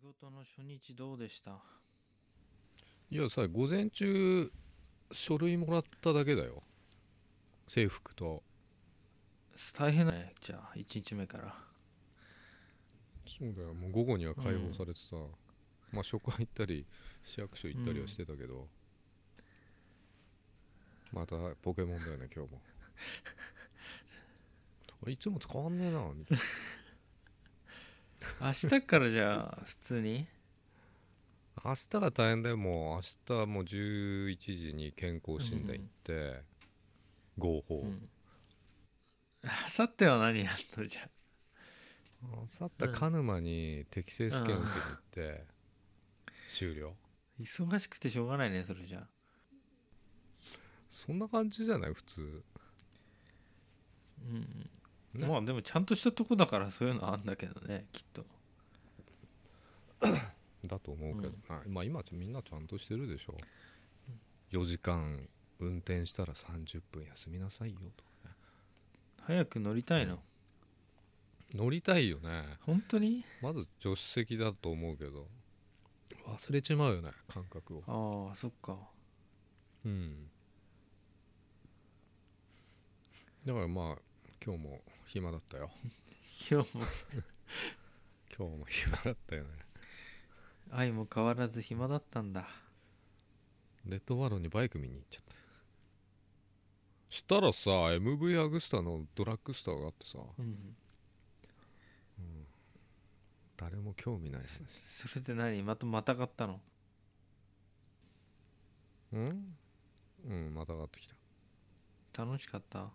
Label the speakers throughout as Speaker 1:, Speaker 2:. Speaker 1: 事の初日どうでした
Speaker 2: いやさ午前中書類もらっただけだよ制服と
Speaker 1: 大変だねじゃあ1日目から
Speaker 2: そうだよもう午後には解放されてさ、まあ職場行ったり市役所行ったりはしてたけど、またポケモンだよね今日もあいつもと変わんねえなみたいな
Speaker 1: 明日からじゃあ普通に
Speaker 2: 明日が大変だよもう明日もう11時に健康診断行って、合法、
Speaker 1: うん明後日は何やんのじゃあ
Speaker 2: あさった鹿沼に適正試験受けに行って終了
Speaker 1: 忙しくてしょうがないねそれじゃあ
Speaker 2: そんな感じじゃない普通
Speaker 1: うん、うん
Speaker 2: ね
Speaker 1: まあでもちゃんとしたとこだからそういうのあんだけどねきっと
Speaker 2: だと思うけどな、まあ今ちみんなちゃんとしてるでしょ4時間運転したら30分休みなさいよとかね
Speaker 1: 早く乗りたいの、
Speaker 2: 乗りたいよね
Speaker 1: 本当に
Speaker 2: まず助手席だと思うけど忘れちまうよね感覚を
Speaker 1: ああそっか
Speaker 2: うんだからまあ今日も暇だったよ
Speaker 1: 今日も
Speaker 2: 今日も暇だったよね
Speaker 1: 愛も変わらず暇だったんだ
Speaker 2: レッドワードにバイク見に行っちゃったしたらさ MV アグスタのドラッグスターがあってさ
Speaker 1: うん
Speaker 2: 誰も興味ない話
Speaker 1: それで何またまた買ったの
Speaker 2: うんうんまた上がってきた
Speaker 1: 楽しかった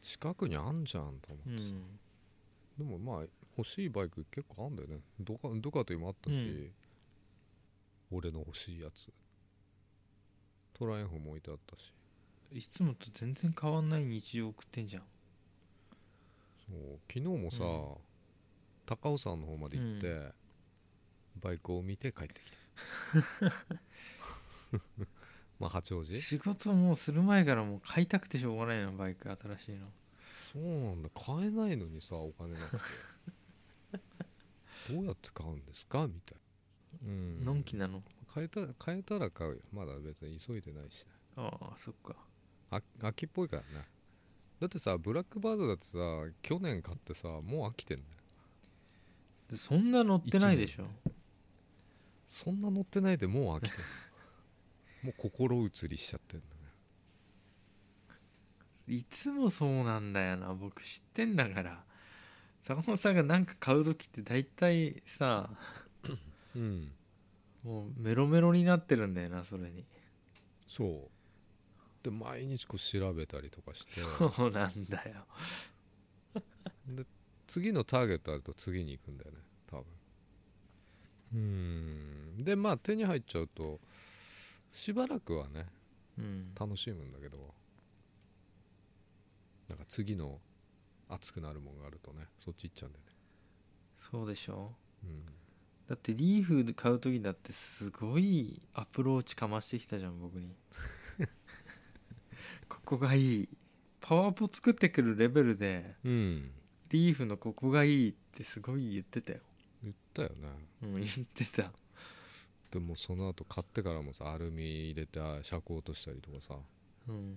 Speaker 2: 近くにあんじゃん
Speaker 1: う
Speaker 2: と思ってさ、
Speaker 1: ん
Speaker 2: でもまあ欲しいバイク結構あんだよねドカドカともあったし、俺の欲しいやつトライアンフも置いてあったし
Speaker 1: いつもと全然変わんない日常送ってんじゃん
Speaker 2: そう昨日もさ、
Speaker 1: うん
Speaker 2: 高尾山の方まで行って、
Speaker 1: う
Speaker 2: バイクを見て帰ってきた まあ八王子
Speaker 1: 仕事もうする前からもう買いたくてしょうがないのバイク新しいの
Speaker 2: そうなんだ買えないのにさお金 なくてどうやって買うんですかみたいなうん
Speaker 1: のんきなの
Speaker 2: 買えた買えたら買うよまだ別に急いでないしね
Speaker 1: ああそっか
Speaker 2: あ秋っぽいからねだってさブラックバードだってさ去年買ってさもう飽きてんだよ
Speaker 1: でそんな乗ってないでしょ
Speaker 2: そんな乗ってないでもう飽きてる もう心移りしちゃってるんだね
Speaker 1: いつもそうなんだよな僕知ってんだから坂本さんが何か買う時って大体さ
Speaker 2: うん
Speaker 1: もうメロメロになってるんだよなそれに
Speaker 2: そうで毎日こう調べたりとかして
Speaker 1: そうなんだよ
Speaker 2: 次のターゲットあると次に行くんだよね多分うーんでまあ手に入っちゃうとしばらくはね
Speaker 1: うん
Speaker 2: 楽しむんだけどなんか次の熱くなるもんがあるとねそっち行っちゃうんだよ
Speaker 1: そうでしょ
Speaker 2: ね
Speaker 1: だってリーフ買う時だってすごいアプローチかましてきたじゃん 僕にここがいいパワーポ作ってくるレベルで
Speaker 2: うん、うん、
Speaker 1: リーフのここがいいってすごい言ってたよ、
Speaker 2: 言ったよね
Speaker 1: うん、言ってた
Speaker 2: でもその後買ってからもさアルミ入れてあ車高落としたりとかさ
Speaker 1: うん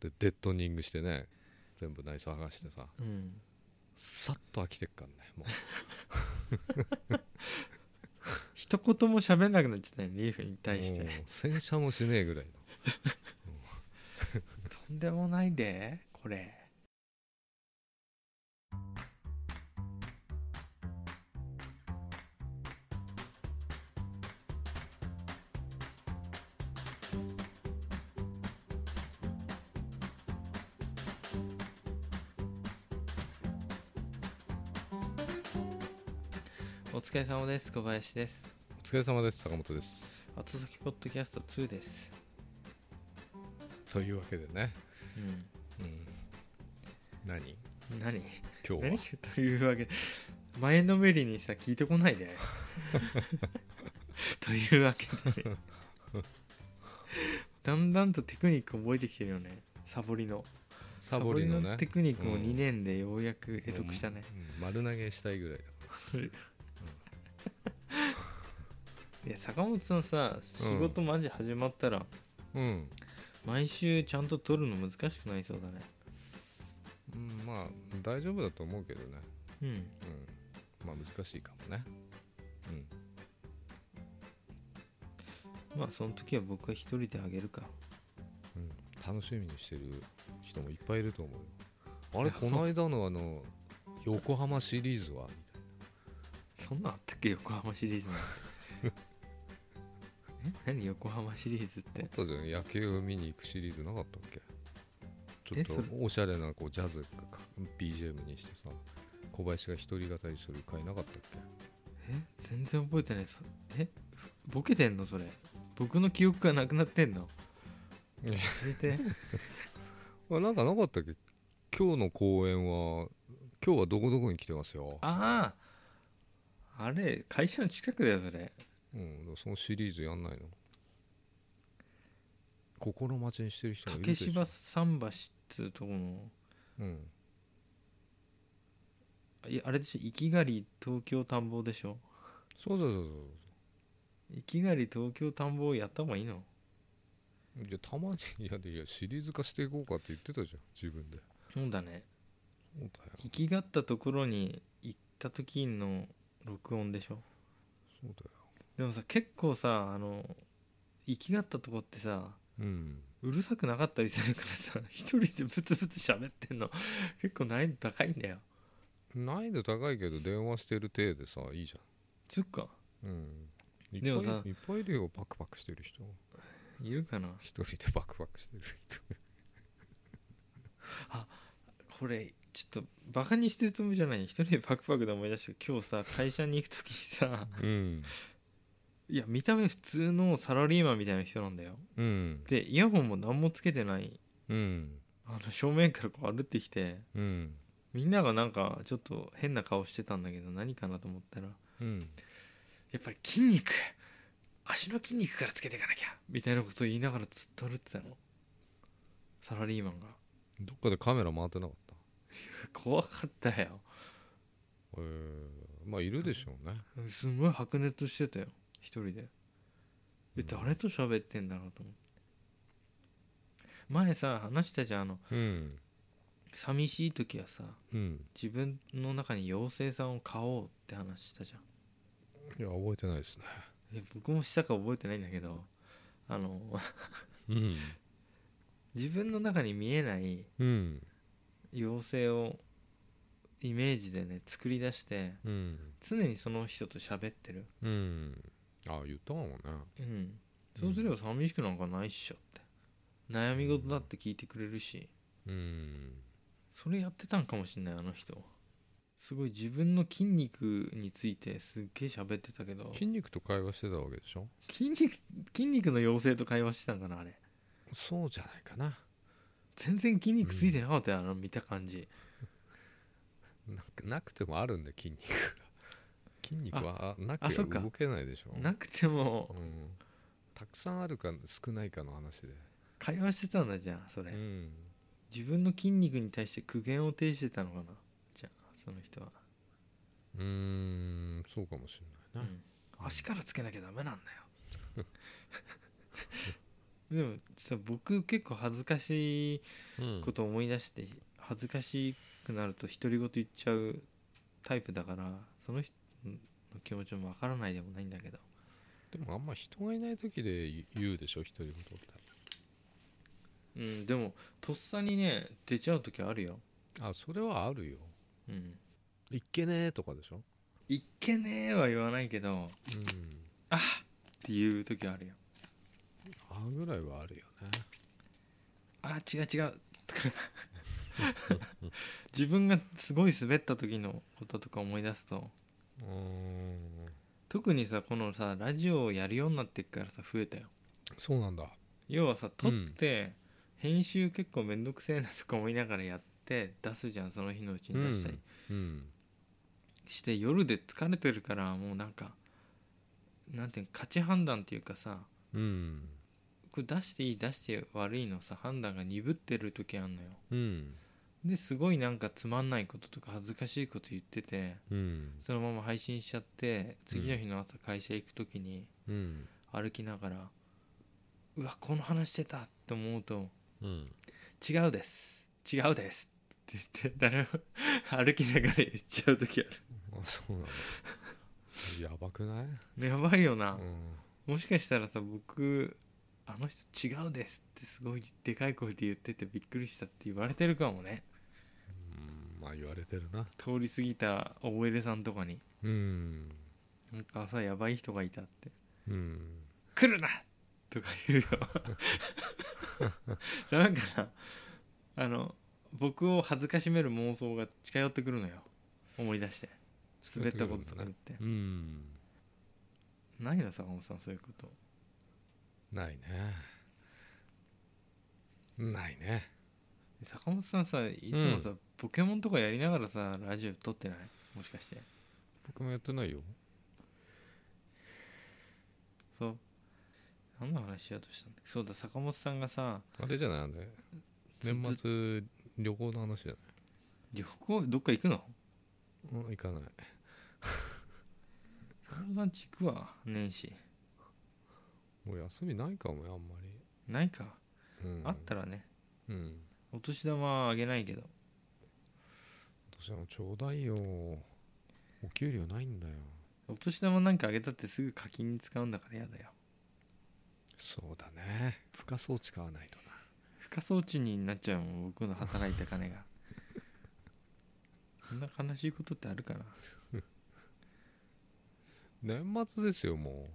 Speaker 2: でデッドニングしてね全部内装剥がしてさ
Speaker 1: うん
Speaker 2: さっと飽きてっからねも う
Speaker 1: 一言も喋んなくなっちゃったよリーフに対し
Speaker 2: もう
Speaker 1: て
Speaker 2: 洗車もしねえぐらいの
Speaker 1: とんでもないでこれお疲れ様です小林です
Speaker 2: お疲れ様です坂本です
Speaker 1: 後先ポッドキャスト2です、
Speaker 2: というわけでね、
Speaker 1: うん、
Speaker 2: うん、何
Speaker 1: 何
Speaker 2: 今日
Speaker 1: 何
Speaker 2: は
Speaker 1: というわけで前のめりにさ聞いてこない でというわけでねだんだんとテクニック覚えてきてるよねサボりの
Speaker 2: サボりのね
Speaker 1: テクニックも
Speaker 2: うん
Speaker 1: 2年でようやく得得したね、
Speaker 2: うん丸投げしたいぐらいだ
Speaker 1: いや坂本さんさ仕事マジ始まったら、
Speaker 2: うん、
Speaker 1: 毎週ちゃんと撮るの難しくなりそうだね
Speaker 2: うん、まあ大丈夫だと思うけどね
Speaker 1: うん
Speaker 2: うんまあ難しいかもねうん
Speaker 1: まあその時は僕は一人であげるか
Speaker 2: うん、楽しみにしてる人もいっぱいいると思うよあれこの間のあの横浜シリーズはみたい
Speaker 1: そんなんあったっけ横浜シ リーズなんてえ何横浜シリーズっ
Speaker 2: なあ
Speaker 1: て
Speaker 2: ったじゃん夜景を見に行くシリーズなかったっけちょ
Speaker 1: え
Speaker 2: っ
Speaker 1: それ
Speaker 2: とおしゃれなこうジャズかか BGM にしてさ小林が一人語りする回なかったっけ
Speaker 1: え全然覚えてないそえボケてんのそれ僕の記憶がなくなってんの
Speaker 2: い
Speaker 1: 教
Speaker 2: や
Speaker 1: えて
Speaker 2: あなんかなかったっけ今日の公演は今日はどこどこに来てますよ、
Speaker 1: あああれ会社の近くだよそれ
Speaker 2: うん、そのシリーズやんないの心待ちにしてる人がいる
Speaker 1: 竹
Speaker 2: でしょ
Speaker 1: 芝桟橋っつうとこの
Speaker 2: うん
Speaker 1: いやあれでしょ「生きがり東京田んぼ」でしょ
Speaker 2: そうそうそう
Speaker 1: 「
Speaker 2: そう
Speaker 1: 生きがり東京田んぼ」やった方がいいの
Speaker 2: いやたまにいやいやシリーズ化していこうかって言ってたじゃん自分で
Speaker 1: そうだね
Speaker 2: そうだよ
Speaker 1: 生きがったところに行った時の録音でしょ
Speaker 2: そうだよ
Speaker 1: でもさ結構さあの行きがったとこってさ
Speaker 2: うん
Speaker 1: うるさくなかったりするからさ 一人でブツブツ喋ってんの結構難易度高いんだよ
Speaker 2: 難易度高いけど電話してる体でさいいじ
Speaker 1: そっか
Speaker 2: ゃんうんいっぱい
Speaker 1: でもさ
Speaker 2: いっぱいいるよバクバクしてる人
Speaker 1: いるかな
Speaker 2: 一人でバクバクしてる人
Speaker 1: これちょっとバカにしてるつもりじゃない一人でバクバクで思い出した今日さ会社に行く時さ
Speaker 2: うん
Speaker 1: いや見た目普通のサラリーマンみたいな人なんだよ
Speaker 2: うん
Speaker 1: でイヤホンも何もつけてない
Speaker 2: うん
Speaker 1: あの正面からこう歩ってきて
Speaker 2: うん
Speaker 1: みんながなんかちょっと変な顔してたんだけど何かなと思ったら
Speaker 2: うん
Speaker 1: やっぱり筋肉足の筋肉からつけていかなきゃみたいなことを言いながらずっと歩ってたのサラリーマンが
Speaker 2: どっかでカメラ回ってなかった
Speaker 1: 怖かったよ
Speaker 2: えー、まあいるでしょうね
Speaker 1: うんすごい白熱してたよ一人でで
Speaker 2: うん
Speaker 1: 誰と喋ってんだろうと思って前さ話したじゃんあの
Speaker 2: うん
Speaker 1: 寂しい時はさ
Speaker 2: うん
Speaker 1: 自分の中に妖精さんを買おうって話したじゃん
Speaker 2: いや覚えてないですね
Speaker 1: いや僕もしたか覚えてないんだけどあの
Speaker 2: うん
Speaker 1: 自分の中に見えない
Speaker 2: うん
Speaker 1: 妖精をイメージでね作り出して
Speaker 2: うん
Speaker 1: 常にその人と喋ってる
Speaker 2: うんあ言ったかもね
Speaker 1: うんそうすれば寂しくなんかないっしょって悩み事だって聞いてくれるし
Speaker 2: うん
Speaker 1: それやってたんかもしんないあの人すごい自分の筋肉についてすっげえ喋ってたけど
Speaker 2: 筋肉と会話してたわけでしょ
Speaker 1: 筋肉筋肉の妖精と会話してたんかなあれ
Speaker 2: そうじゃないかな
Speaker 1: 全然筋肉ついてなかったよ、あの見た感じ
Speaker 2: なくなくてもあるんで筋肉が筋肉はあなく
Speaker 1: あそっか
Speaker 2: 動けないでしょ
Speaker 1: なくても
Speaker 2: うん、たくさんあるか少ないかの話で、
Speaker 1: 会話してたんだじゃあそれ、
Speaker 2: うん、
Speaker 1: 自分の筋肉に対して苦言を呈してたのかなじゃあその人は、
Speaker 2: うーんそうかもし
Speaker 1: う
Speaker 2: れない
Speaker 1: ん、足からつけなきゃダメなんだよ でもさ僕結構恥ずかしい
Speaker 2: な、うん
Speaker 1: ことを思い出して恥ずかしくなると独り言言っちゃうタイプだからその人の気持ちもわからないでもないんだけど
Speaker 2: でもあんま人がいない時で言言うでしょ独り言って
Speaker 1: うんでもとっさにね出ちゃう時あるよ
Speaker 2: あそれはあるよ
Speaker 1: うん
Speaker 2: 「いっけねえ」とかでしょ、
Speaker 1: 「いっけねえ」は言わないけど
Speaker 2: うん、
Speaker 1: っていう時あるよ
Speaker 2: あぐらいはあるよね
Speaker 1: あ違う違う とか自分がすごい滑った時のこととか思い出すと
Speaker 2: うーん
Speaker 1: 特にさこのさラジオをやるようになってっからさ増えたよ
Speaker 2: そうなんだ
Speaker 1: 要はさ撮って、編集結構めんどくせえなとか思いながらやって出すじゃんその日のうちに出したり、
Speaker 2: うん
Speaker 1: して夜で疲れてるからもうなんかなんていうの価値判断っていうかさ
Speaker 2: うん
Speaker 1: これ出していい出して悪いのさ判断が鈍ってる時あんのよ
Speaker 2: うん
Speaker 1: ですごいなんかつまんないこととか恥ずかしいこと言ってて
Speaker 2: うん
Speaker 1: そのまま配信しちゃって次の日の朝会社行く時に
Speaker 2: うん
Speaker 1: 歩きながら「うわこの話してた!」って思うと
Speaker 2: うん
Speaker 1: 「違うです違うです」って言って 誰も歩きながら言っちゃう時あ
Speaker 2: あそうなんだやばくない、
Speaker 1: るやばいよ
Speaker 2: う
Speaker 1: な、
Speaker 2: ん、
Speaker 1: もしかしたらさ僕あの人違うですってすごいでかい声で言っててびっくりしたって言われてるかもね
Speaker 2: うんまあ言われてるな
Speaker 1: 通り過ぎた OL さんとかに
Speaker 2: うん
Speaker 1: なんか朝やばい人がいたって
Speaker 2: うん
Speaker 1: 「来るな!」とか 言うよなんかなあの僕を恥ずかしめる妄想が近寄ってくるのよ思い出して滑ったこととか言って、
Speaker 2: うん
Speaker 1: ないの坂本さんそういうこと
Speaker 2: ないねないね
Speaker 1: 坂本さんさいつもさ、ポケモンとかやりながらさラジオ撮ってないもしかして
Speaker 2: 僕もやってないよ
Speaker 1: そう何の話しようとしたんだっけそうだ坂本さんがさ
Speaker 2: あれじゃないあれ年末旅行の話じゃ
Speaker 1: 旅行どっか行くの
Speaker 2: ない、うん、行かない
Speaker 1: 坂本さんち行くわ年始
Speaker 2: もう休みないかもよあんまり、
Speaker 1: ないか、
Speaker 2: うん、
Speaker 1: あったらね
Speaker 2: うん
Speaker 1: お年玉はあげないけど
Speaker 2: 私あのちょうだいよお給料ないんだよ
Speaker 1: お年玉なんかあげたってすぐ課金に使うんだからやだよ
Speaker 2: そうだね付加装置買わないとな
Speaker 1: 不可装置になっちゃうもん僕の働いた金が そんな悲しいことってあるかな
Speaker 2: 年末ですよも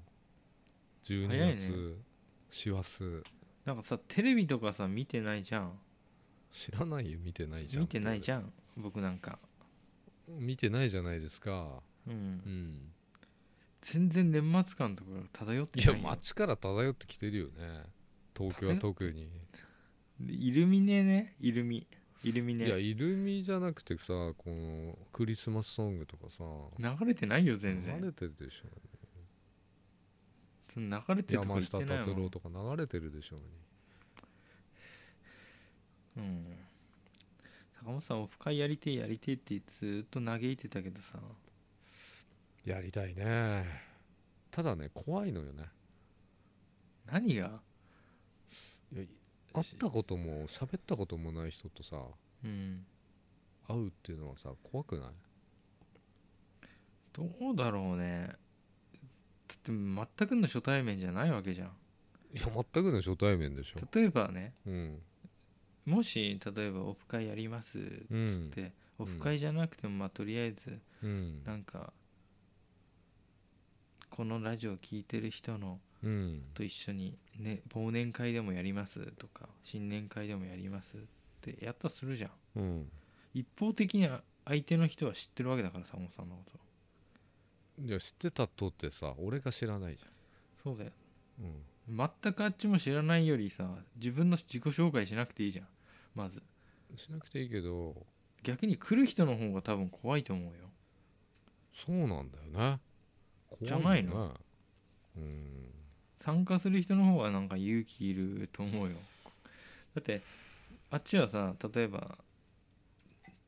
Speaker 2: う12
Speaker 1: 早いね
Speaker 2: 月師走、
Speaker 1: なんかさテレビとかさ見てないじゃん
Speaker 2: 知らないよ見てないじゃん
Speaker 1: 見てないじ
Speaker 2: ゃ
Speaker 1: ゃ
Speaker 2: ん
Speaker 1: ん僕なんか
Speaker 2: 見てないじゃないですか
Speaker 1: うん
Speaker 2: うん
Speaker 1: 全然年末感とかが漂って
Speaker 2: い
Speaker 1: ない
Speaker 2: や
Speaker 1: よ
Speaker 2: 街から漂ってきてるよね東京は特に、
Speaker 1: でイルミネねイルミイルミ
Speaker 2: いや
Speaker 1: ネ
Speaker 2: イルミじゃなくてさこのクリスマスソングとかさ
Speaker 1: 流れてないよ全
Speaker 2: 流
Speaker 1: 然
Speaker 2: れてるでしょ
Speaker 1: その流れてるとか
Speaker 2: 山
Speaker 1: 言っ
Speaker 2: 下
Speaker 1: てない
Speaker 2: 達
Speaker 1: も
Speaker 2: 郎
Speaker 1: ん、
Speaker 2: とか流れてるでしょうに
Speaker 1: うん、坂本さんオフ会やりてえやりてえってずーっと嘆いてたけどさ
Speaker 2: やりたいねただね怖いのよね
Speaker 1: 何が
Speaker 2: いや会ったことも喋ったこともない人とさ
Speaker 1: うん
Speaker 2: 会うっていうのはさ怖くない
Speaker 1: どうだろうねだって全くの初対面じゃないわけじゃん
Speaker 2: いや全くの初対面でしょ
Speaker 1: 例えばね
Speaker 2: うん
Speaker 1: もし例えばオフ会やりますっつ
Speaker 2: う
Speaker 1: っ
Speaker 2: ん
Speaker 1: て、
Speaker 2: うん
Speaker 1: オフ会じゃなくてもまあとりあえず
Speaker 2: うん
Speaker 1: なんかこのラジオ聞いてる人の
Speaker 2: うん
Speaker 1: と一緒に、ね、忘年会でもやりますとか新年会でもやりますってやったとするじゃん
Speaker 2: うん
Speaker 1: 一方的に相手の人は知ってるわけだから坂本さんのこと
Speaker 2: いや知ってたとってさ俺が知らないじ
Speaker 1: そうだよ
Speaker 2: ゃんうん
Speaker 1: 全くあっちも知らないよりさ自分の自己紹介しなくていいじゃんまず
Speaker 2: しなくていいけど
Speaker 1: 逆に来る人の方が多分怖いと思うよ
Speaker 2: そうなんだよね怖
Speaker 1: じゃないの
Speaker 2: よねうん
Speaker 1: 参加する人の方がなんか勇気いると思うよだってあっちはさ例えば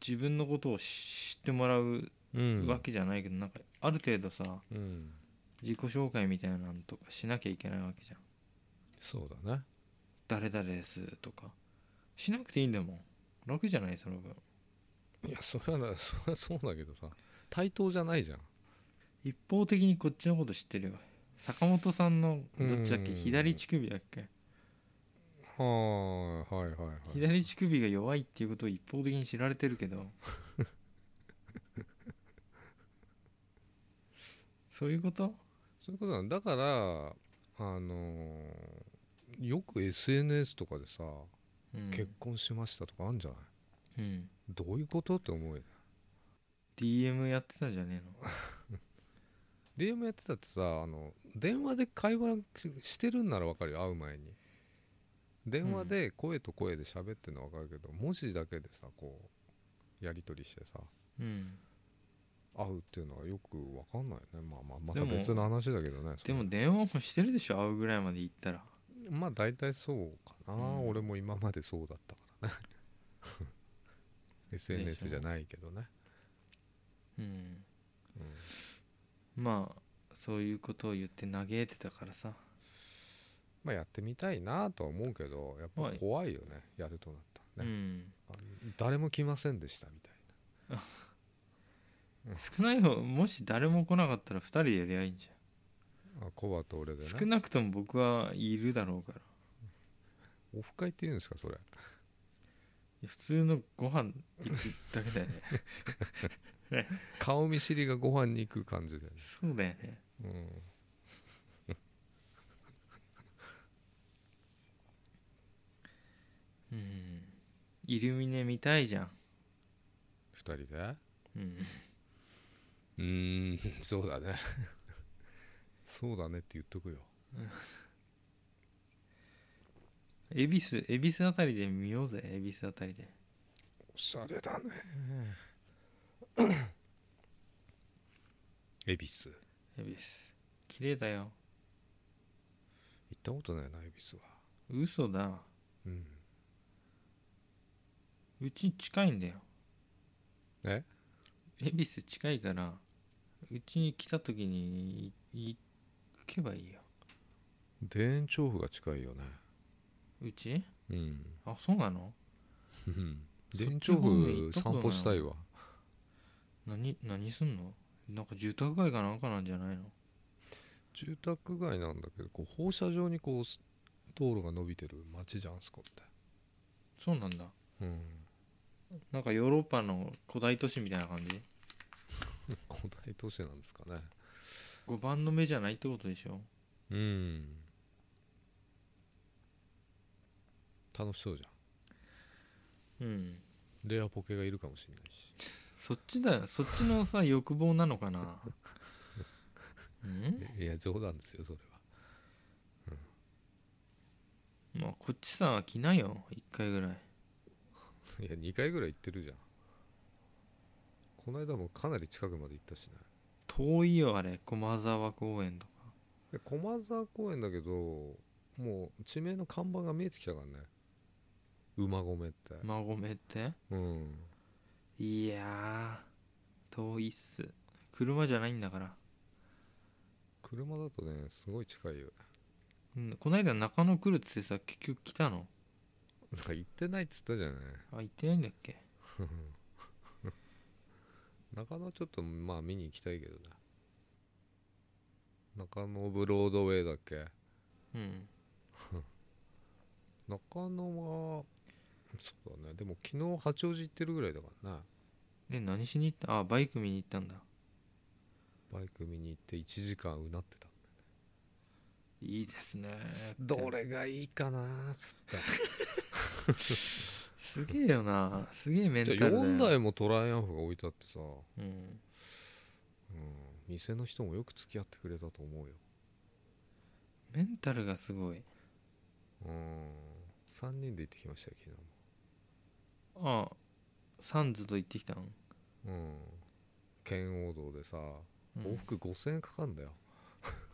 Speaker 1: 自分のことを知ってもらう
Speaker 2: うん
Speaker 1: わけじゃないけど、なんかある程度さ
Speaker 2: うん
Speaker 1: 自己紹介みたいなのとかしなきゃいけないわけじゃん
Speaker 2: そうだね
Speaker 1: 誰々ですとかしなくていいんだもん楽じゃないその分
Speaker 2: いやそれはなそれは そうだけどさ対等じゃないじゃん
Speaker 1: 一方的にこっちのこと知ってるよ坂本さんのどっちだっけ
Speaker 2: うん
Speaker 1: 左乳首だっけ
Speaker 2: はーいはいはいはい
Speaker 1: 左乳首が弱いっていうことを一方的に知られてるけ どそういうこと
Speaker 2: そういうことなんだからあのーよく SNS とかでさ、
Speaker 1: うん
Speaker 2: 結婚しましたとかあるんじゃない
Speaker 1: うん、
Speaker 2: どういうことって思うよ
Speaker 1: DM やってたんじゃね
Speaker 2: DM やってたってさあの電話で会話ししてるんならわかるよ会う前に電話で声と声で喋ってるのはわかるけど、文字だけでさこうやり取りしてさ
Speaker 1: えの、うん、
Speaker 2: 会うっていうのはよくわかんないよねまあまあまた
Speaker 1: でも
Speaker 2: 別の話だけどねそ
Speaker 1: で
Speaker 2: れ
Speaker 1: も電話もしてるでしょ会うぐらいまで行ったら
Speaker 2: まあ大体そうかな、
Speaker 1: うん
Speaker 2: 俺も今までそうだったからね SNS じゃないけどね、
Speaker 1: うん
Speaker 2: うん
Speaker 1: まあそういうことを言って嘆いてたからさ
Speaker 2: まあやってみたいなとは思うけどやっぱ怖いよね、やるとなった
Speaker 1: う
Speaker 2: らね、
Speaker 1: ん
Speaker 2: 誰も来ませんでしたみたい
Speaker 1: 少ない方もし誰も来なかったら2人でやりゃいいんじ
Speaker 2: なあコバと俺
Speaker 1: ゃ
Speaker 2: で
Speaker 1: ん
Speaker 2: ね
Speaker 1: 少なくとも僕はいるだろうからい
Speaker 2: オフ会って言うんですかそれ
Speaker 1: や普通のご飯行くだけだよね
Speaker 2: 顔見知りがご飯に行く感じで、ね
Speaker 1: そうだよね
Speaker 2: うん、
Speaker 1: うんイルミネ見たいじゃん
Speaker 2: 2人で
Speaker 1: うん
Speaker 2: うーんそうだねそうだねって言っとくよ
Speaker 1: 恵比寿恵比寿あたりで見ようぜ恵比寿あたりで
Speaker 2: おしゃれだね 恵比寿
Speaker 1: 恵比寿綺麗だよ
Speaker 2: 行ったことないな恵比寿は
Speaker 1: 嘘だ
Speaker 2: うん
Speaker 1: うち近いんだよ
Speaker 2: え
Speaker 1: 恵比寿近いからうちに来た時にい行けばいいよ
Speaker 2: 田園調布が近いよね
Speaker 1: うち
Speaker 2: うん
Speaker 1: あそうなの
Speaker 2: 田園調布散歩したいわ
Speaker 1: 何何すんのなんか住宅街かなんかなんじゃないの
Speaker 2: 住宅街なんだけどこう放射状にこうす道路が伸びてる街じゃんすこって
Speaker 1: そうなんだ
Speaker 2: うん
Speaker 1: なんかヨーロッパの古代都市みたいな感じ
Speaker 2: 古代都市なんですかね
Speaker 1: 5番の目じゃないってことでしょ
Speaker 2: うん楽しそうじゃん
Speaker 1: うん
Speaker 2: レアポケがいるかもしれないし
Speaker 1: そっちだそっちのさ欲望なのかなうん
Speaker 2: いや冗談ですよそれは
Speaker 1: まあこっちさ来なよ1回ぐらい
Speaker 2: いや2回ぐらい行ってるじゃんこの間もかなり近くまで行ったしね
Speaker 1: 遠いよあれ駒沢公園とか
Speaker 2: で駒沢公園だけどもう地名の看板が見えてきたからね馬込って
Speaker 1: 馬込って
Speaker 2: うん
Speaker 1: いやー遠いっす車じゃないんだから、
Speaker 2: 車だとねすごい近いよ
Speaker 1: うん、こないだ中野来るっつってさ結局来たの
Speaker 2: なんか行ってないっつったじゃない
Speaker 1: あ行ってないんだっけ
Speaker 2: 中野ちょっとまあ見に行きたいけどね中野ブロードウェイだっけ
Speaker 1: うん
Speaker 2: 中野はそうだねでも昨日八王子行ってるぐらいだからな
Speaker 1: で何しに行ったあバイク見に行ったんだ
Speaker 2: バイク見に行って1時間うなってた
Speaker 1: いいですね
Speaker 2: どれがいいかなーっつって
Speaker 1: すげえよなすげえメンタ
Speaker 2: じゃ
Speaker 1: ル
Speaker 2: あ
Speaker 1: だよ
Speaker 2: 4台もトライアンフが置いてあってさ、う
Speaker 1: うん
Speaker 2: ん、店の人もよく付き合ってくれたと思うよ、
Speaker 1: メンタルがすごい
Speaker 2: うん、3人で行ってきましたよ昨
Speaker 1: あサンズと行ってきたん、
Speaker 2: 日も、うん、圏央道でさ
Speaker 1: うん
Speaker 2: 往復5000円かかんだよ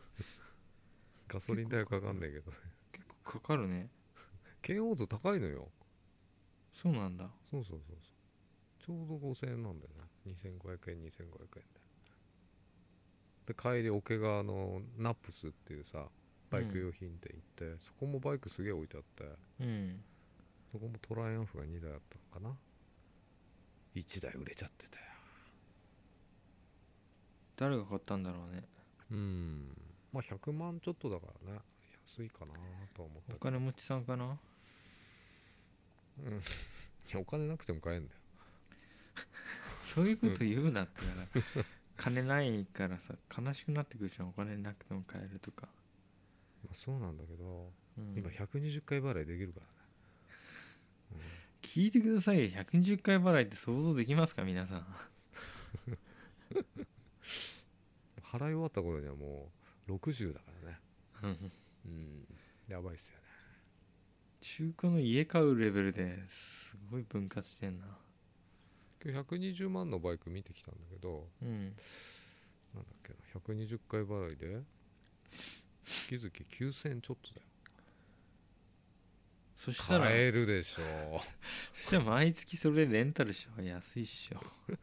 Speaker 2: ガソリン代はかかんないけど
Speaker 1: 結構かかるね
Speaker 2: 圏央道高いのよ
Speaker 1: そうなんだ
Speaker 2: そうそうそうそうちょうど5000円なんだよね2500円2500円でで帰り桶川のナップスっていうさバイク用品店行って、そこもバイクすげえ置いてあって
Speaker 1: うん
Speaker 2: そこもトライアンフが2台あったのかな1台売れちゃってたよ
Speaker 1: 誰が買ったんだろうね
Speaker 2: うんまあ100万ちょっとだからね安いかなとは思った
Speaker 1: お
Speaker 2: けど
Speaker 1: 金持ちさんかない
Speaker 2: やお金なくても買えんだよ
Speaker 1: そういうこと言うなってから 金ないからさ悲しくなってくるじゃんお金なくても買えるとか、
Speaker 2: まあ、そうなんだけど、
Speaker 1: うん
Speaker 2: 今120回払いできるからね
Speaker 1: 聞いてくださいよ120回払いって想像できますか皆さん
Speaker 2: 払い終わった頃にはもう60だからね
Speaker 1: うん
Speaker 2: うんやばいっすよね
Speaker 1: 中古の家買うレベルですごい分割してんな
Speaker 2: 今日120万のバイク見てきたんだけど
Speaker 1: うん
Speaker 2: なんだっけな120回払いで月々9000ちょっとだよ
Speaker 1: そしたら
Speaker 2: 買えるでしょ
Speaker 1: そしたら毎月それレンタルした方が安いっしょ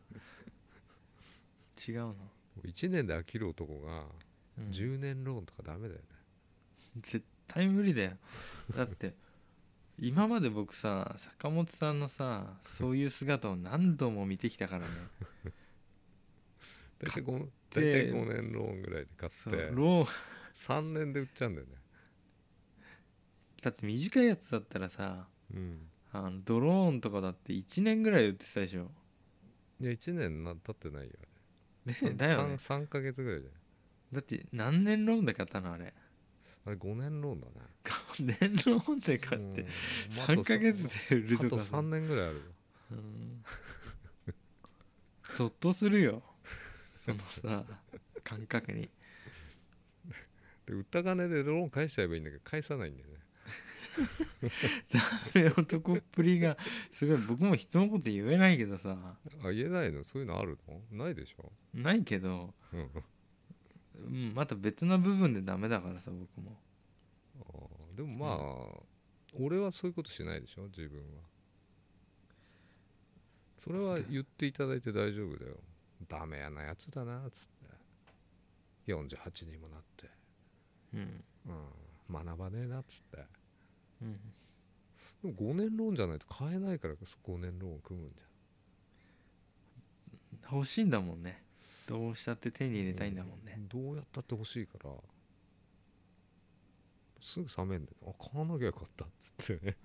Speaker 1: 違うな
Speaker 2: う1年で飽きる男が
Speaker 1: うん
Speaker 2: 10年ローンとかダメだよね、
Speaker 1: 絶対無理だよだって今まで僕さ坂本さんのさそういう姿を何度も見てきたからね
Speaker 2: 大体 5,
Speaker 1: 買
Speaker 2: 大
Speaker 1: って
Speaker 2: 体5年ローンぐらいで買
Speaker 1: そう
Speaker 2: って
Speaker 1: ローン
Speaker 2: 3年で売っちゃうんだよね
Speaker 1: だって短いやつだったらさ
Speaker 2: うん
Speaker 1: あのドローンとかだって1年ぐらい売ってたでしょ
Speaker 2: いや1年な経ってないよ
Speaker 1: ね
Speaker 2: あれ
Speaker 1: だよね
Speaker 2: 3, ヶ月ぐらいじゃない
Speaker 1: だって何年ローンで買ったのあれ
Speaker 2: あれ5年ローンだね
Speaker 1: 年ローンで買って
Speaker 2: うん
Speaker 1: 3ヶ月で売る
Speaker 2: あ
Speaker 1: と
Speaker 2: と
Speaker 1: かさ
Speaker 2: 3年ぐらいあるよ
Speaker 1: うんそっとするよそのさ感覚に
Speaker 2: で売った金でローン返しちゃえばいいんだけど返さないんだよね
Speaker 1: 男っぷりがすごい僕も人のこと言えないけどさ
Speaker 2: あ言えないのそういうのあるのないでしょ
Speaker 1: ないけど、
Speaker 2: うんあ
Speaker 1: うん、また別な部分でダメだからさ僕も
Speaker 2: ーでもまあ、俺はそういうことしないでしょ自分はそれは言っていただいて大丈夫だよダメやなやつだなっつって48にもなって、
Speaker 1: うん
Speaker 2: うん、学ばねえなっつって
Speaker 1: うん
Speaker 2: でも5年ローンじゃないと買えないから5年ローン組むんじゃん
Speaker 1: 欲しいんだもんねどうしたって手に入れたいんだもんね、
Speaker 2: どうやったって欲しいからすぐ冷めんだよあ買わなきゃよかったっつ ってね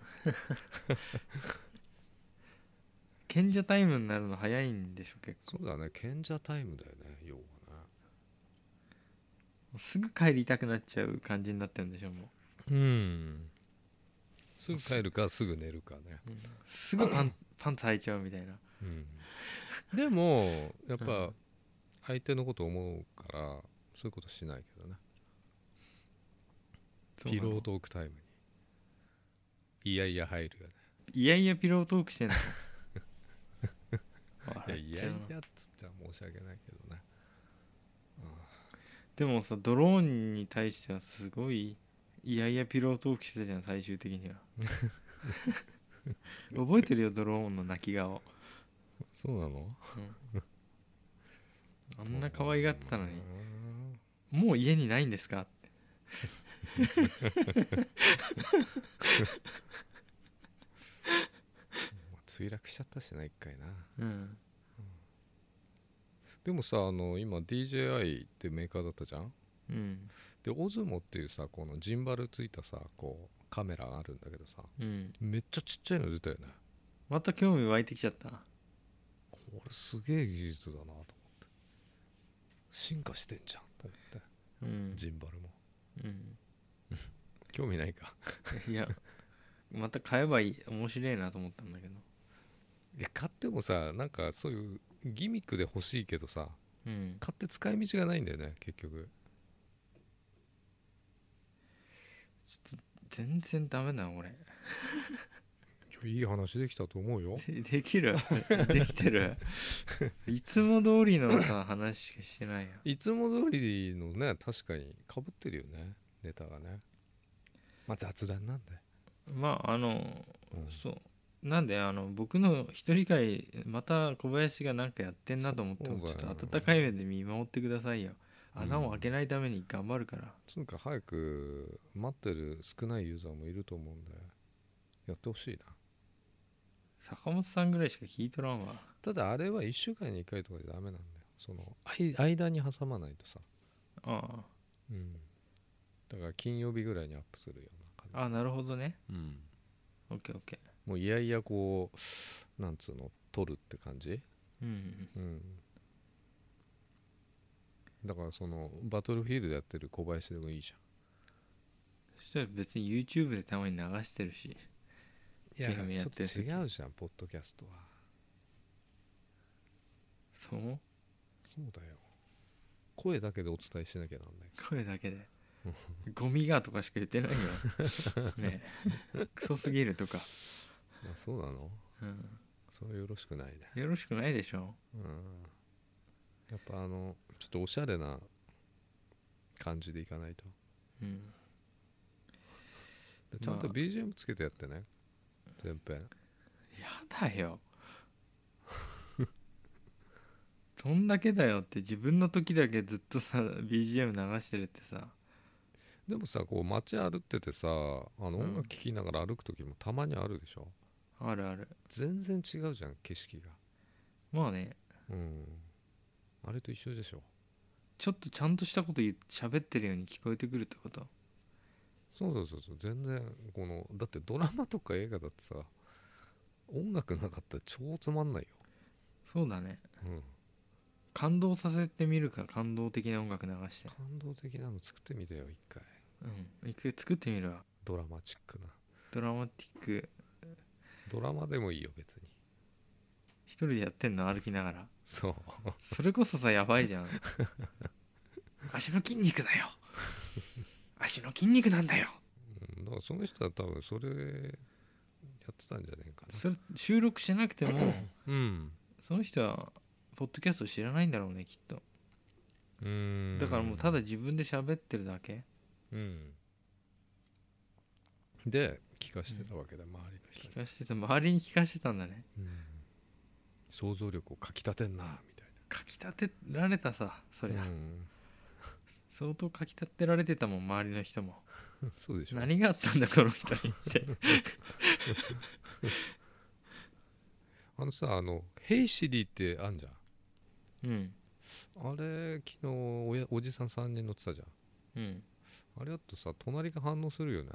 Speaker 1: 賢者タイムになるの早いんでしょ結構
Speaker 2: そうだね賢者タイムだよね要は
Speaker 1: すぐ帰りたくなっちゃう感じになってるんでしょも
Speaker 2: ねうんすぐ帰るかすぐ寝るかね、
Speaker 1: う、うんすぐパ ンパンツ履いちゃうみたいな
Speaker 2: うん、でもやっ
Speaker 1: う
Speaker 2: ぱ相手のこと思うからそういうことしないけどねピロートークタイムにいやいや入るよね
Speaker 1: いやいやピロートークしてん の
Speaker 2: いやいや
Speaker 1: 笑っちゃ
Speaker 2: い
Speaker 1: うな
Speaker 2: やっつっちゃ申し訳ないけどね
Speaker 1: でもさドローンに対してはすごいいやいやピロートークしてたじゃん最終的 には覚えてるよドローンの泣き顔
Speaker 2: そうなの
Speaker 1: あんな可愛がってたのに
Speaker 2: うん
Speaker 1: もう家にないんですかって
Speaker 2: まあ墜落しちゃったしな一回な
Speaker 1: うん
Speaker 2: でもさあの今 DJI ってメーカーだったじゃん
Speaker 1: うん
Speaker 2: でオズモっていうさこのジンバルついたさこうカメラがあるんだけどさ
Speaker 1: うん
Speaker 2: めっちゃちっちゃいの出たよね
Speaker 1: また興味湧いてきちゃった
Speaker 2: これすげえ技術だなと思って進化してんじゃんと思って
Speaker 1: うん、
Speaker 2: ジンバルも
Speaker 1: うん、
Speaker 2: 興味ないか
Speaker 1: いやまた買えばいい面白いなと思ったんだけど
Speaker 2: いや買ってもさなんかそういうギミックで欲しいけどさ
Speaker 1: うん
Speaker 2: 買って使い道がないんだよね結局
Speaker 1: 全然ダメだな俺
Speaker 2: いやいい話できたと思うよ
Speaker 1: で できるできてるいつも通りのさ話しかしてないよ
Speaker 2: いつも通りのね確かにかぶってるよねネタがねまあ雑談なんで、
Speaker 1: まああの
Speaker 2: うん
Speaker 1: そうなんであの僕の一人会また小林が何かやってんなと思っても
Speaker 2: そ
Speaker 1: ちょっ
Speaker 2: うだよ
Speaker 1: と温かい目で見守ってくださいよ穴を開けないために頑張るから、
Speaker 2: つうか早く待ってる少ないユーザーもいると思うんでやってほしいな
Speaker 1: 坂本さんぐらいしか聞いとらんわ
Speaker 2: ただあれは1週間に1回とかじゃダメなんだよそのあい間に挟まないとさ、
Speaker 1: あ
Speaker 2: うん、だから金曜日ぐらいにアップするよう
Speaker 1: あ
Speaker 2: な
Speaker 1: あ
Speaker 2: 感
Speaker 1: なるほどね
Speaker 2: じ、うん、
Speaker 1: オッケーオッケ
Speaker 2: もういやいやこうなんつうの撮るって感じ
Speaker 1: ーうん
Speaker 2: うんだからそのバトルフィールドやってる小林でもいいじ
Speaker 1: そしたら別に YouTube でたまに流してるし
Speaker 2: ゃん
Speaker 1: ゲームや
Speaker 2: ち
Speaker 1: っ
Speaker 2: ょってと
Speaker 1: る時
Speaker 2: 違うじゃんポッドキャストは
Speaker 1: そう
Speaker 2: そうだよ声だけでお伝えしなきゃなんない
Speaker 1: 声だけでゴミがとかしか言ってない よねえクソすぎるとか、
Speaker 2: あそうなの
Speaker 1: うん、
Speaker 2: それよろしくないね
Speaker 1: よろしくないでしょ
Speaker 2: うんやっぱあのちょっとおしゃれな感じでいかないと
Speaker 1: うん
Speaker 2: ちゃんと
Speaker 1: まあ
Speaker 2: BGM つけてやってね全編
Speaker 1: やだ よどんだけだよって自分の時だけずっとさ BGM 流してるってさ
Speaker 2: でもさこう街歩っててさあの音楽聴きながら歩く時もたまにあるでしょ
Speaker 1: あるある
Speaker 2: 全然違うじゃん景色が
Speaker 1: まあね
Speaker 2: うんあれと一緒でしょ
Speaker 1: ちょっとちゃんとしたこと言っ喋ってるように聞こえてくるってこと
Speaker 2: そうそうそうそう全然このだってドラマとか映画だってさ音楽なかったら超つまんないよ
Speaker 1: そうだね
Speaker 2: うん
Speaker 1: 感動させてみるか感動的な音楽流して
Speaker 2: 感動的なの作ってみてよ一回
Speaker 1: うん一回作ってみるわ
Speaker 2: ドラマチックな
Speaker 1: ドラマティック
Speaker 2: ドラマでもいいよ別に
Speaker 1: 一人でやってんの歩きながら
Speaker 2: そう
Speaker 1: それこそさやばいじゃ ん足の筋肉だよ足の筋肉なんだよ
Speaker 2: うんだからその人は多分それやってたんじゃねえかな
Speaker 1: それ収録しなくて も
Speaker 2: うん
Speaker 1: その人はポッドキャスト知らないんだろうねきっと
Speaker 2: うーん
Speaker 1: だからもうただ自分で喋ってるだけ
Speaker 2: うんで聞かしてたわけだ、周りの人
Speaker 1: 聞
Speaker 2: に、
Speaker 1: かしてた周りに聞かしてたんだね
Speaker 2: うん想像力をかきたてんなみたい
Speaker 1: かきたてられたさそりゃ、
Speaker 2: な、うん、
Speaker 1: 相当かきたてられてたもん周りの人も
Speaker 2: そうでしょ
Speaker 1: 何があったんだこの人 にって
Speaker 2: あのさあの「ヘイシリー」ってあんじゃん
Speaker 1: うん
Speaker 2: あれ昨日おやおじさん3人乗ってたじゃん
Speaker 1: うん
Speaker 2: あれだとさ隣が反応するよね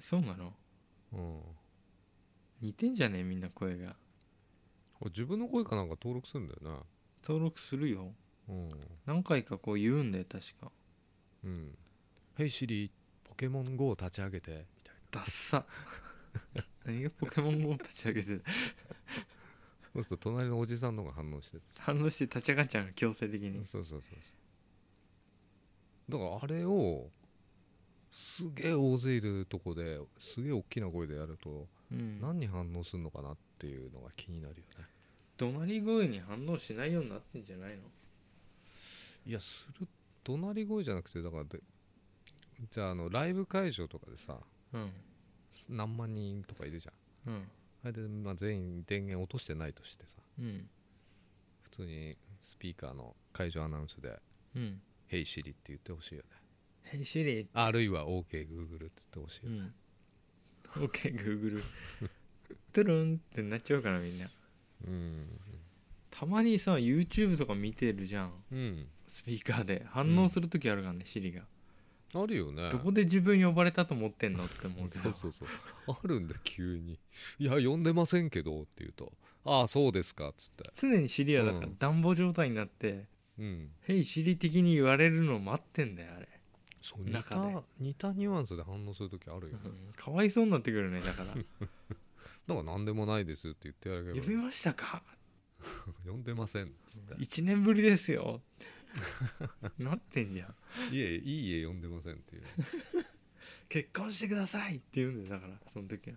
Speaker 1: そうなの
Speaker 2: うん
Speaker 1: 似てんじゃねえみんな声が
Speaker 2: これ自分の声かなんか登録するんだよね
Speaker 1: 登録するよ
Speaker 2: うん
Speaker 1: 何回かこう言うんだよ確か
Speaker 2: うん「ヘイシリーポケモン GO を立ち上げて」みたい
Speaker 1: ダッサ 何がポケモン GO を立ち上げて
Speaker 2: なそうすると隣のおじさんの方が反応しててさ
Speaker 1: 反応して立ち上がっちゃうの強制的に
Speaker 2: そうそうそうそうだからあれをすげえ大勢いるとこですげえ大きな声でやると
Speaker 1: うん
Speaker 2: 何に反応するのかなっていうのが気になるよね
Speaker 1: 怒鳴り声に反応しないようになってんじゃないの
Speaker 2: いやする怒鳴り声じゃなくてだからでじゃああのライブ会場とかでさ
Speaker 1: うん
Speaker 2: す何万人とかいるじゃ
Speaker 1: う
Speaker 2: ん
Speaker 1: ん
Speaker 2: あれで、まあ、全員電源落としてないとしてさ
Speaker 1: うん
Speaker 2: 普通にスピーカーの会場アナウンスで
Speaker 1: うん
Speaker 2: 「ヘイシリ」って言ってほしいよね
Speaker 1: ヘイシリ
Speaker 2: あるいは「OKGoogle、って言ってほしいうよね、
Speaker 1: ん OKGoogle トゥルンってなっちゃうからみんな
Speaker 2: うん
Speaker 1: たまにさ YouTube とか見てるじゃん
Speaker 2: うん
Speaker 1: スピーカーで反応する時あるからね、シリが
Speaker 2: あるよね
Speaker 1: どこで自分呼ばれたと思ってんのって思うけ
Speaker 2: そ
Speaker 1: ど
Speaker 2: うそうそうあるんだ急に「いや呼んでませんけど」って言うと「ああそうですか」っつって
Speaker 1: 常にシリアだから
Speaker 2: うん
Speaker 1: 暖房状態になって
Speaker 2: うん
Speaker 1: 「ヘイシリ」的に言われるのを待ってんだよあれ、
Speaker 2: そう似
Speaker 1: 中で
Speaker 2: た似たニュアンスで反応する時あるよね
Speaker 1: かわい そうになってくるねだから「
Speaker 2: だから何でもないですって言ってやれば
Speaker 1: 呼びましたか?
Speaker 2: 呼んでませんっつっ」て
Speaker 1: 1年ぶりですよ」なってんじゃん
Speaker 2: 「いえいいえ呼んでません」っていう
Speaker 1: 「結婚してください」って言うんだよだからその時は、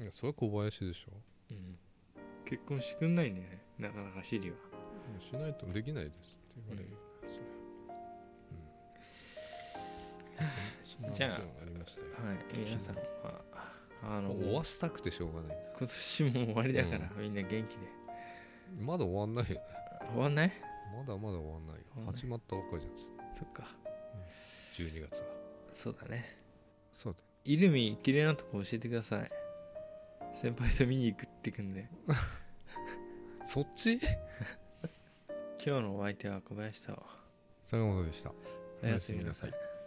Speaker 2: いやそれは小林でしょ
Speaker 1: うん、結婚してくんないんだよねなかなかシリは
Speaker 2: しないとできないですって言われるよねそれうん
Speaker 1: じゃあ
Speaker 2: そんな話がありましたよ
Speaker 1: はい皆さんはあの
Speaker 2: 終わ
Speaker 1: 今
Speaker 2: したくてしょうがない
Speaker 1: 年も終わりだから、みんな元気で
Speaker 2: まだ終わんないよね
Speaker 1: 終わんない
Speaker 2: まだまだ終わんな
Speaker 1: 終わん
Speaker 2: いよ
Speaker 1: ない
Speaker 2: 始まったばっかりじゃんです
Speaker 1: そっか
Speaker 2: 12月は
Speaker 1: そうだね
Speaker 2: そうだ
Speaker 1: イルミ綺麗なとこ教えてください先輩と見に行くってくんで
Speaker 2: そっち
Speaker 1: 今日のお相手は小林と
Speaker 2: 坂本でした
Speaker 1: おやすみなさい
Speaker 2: おやすみ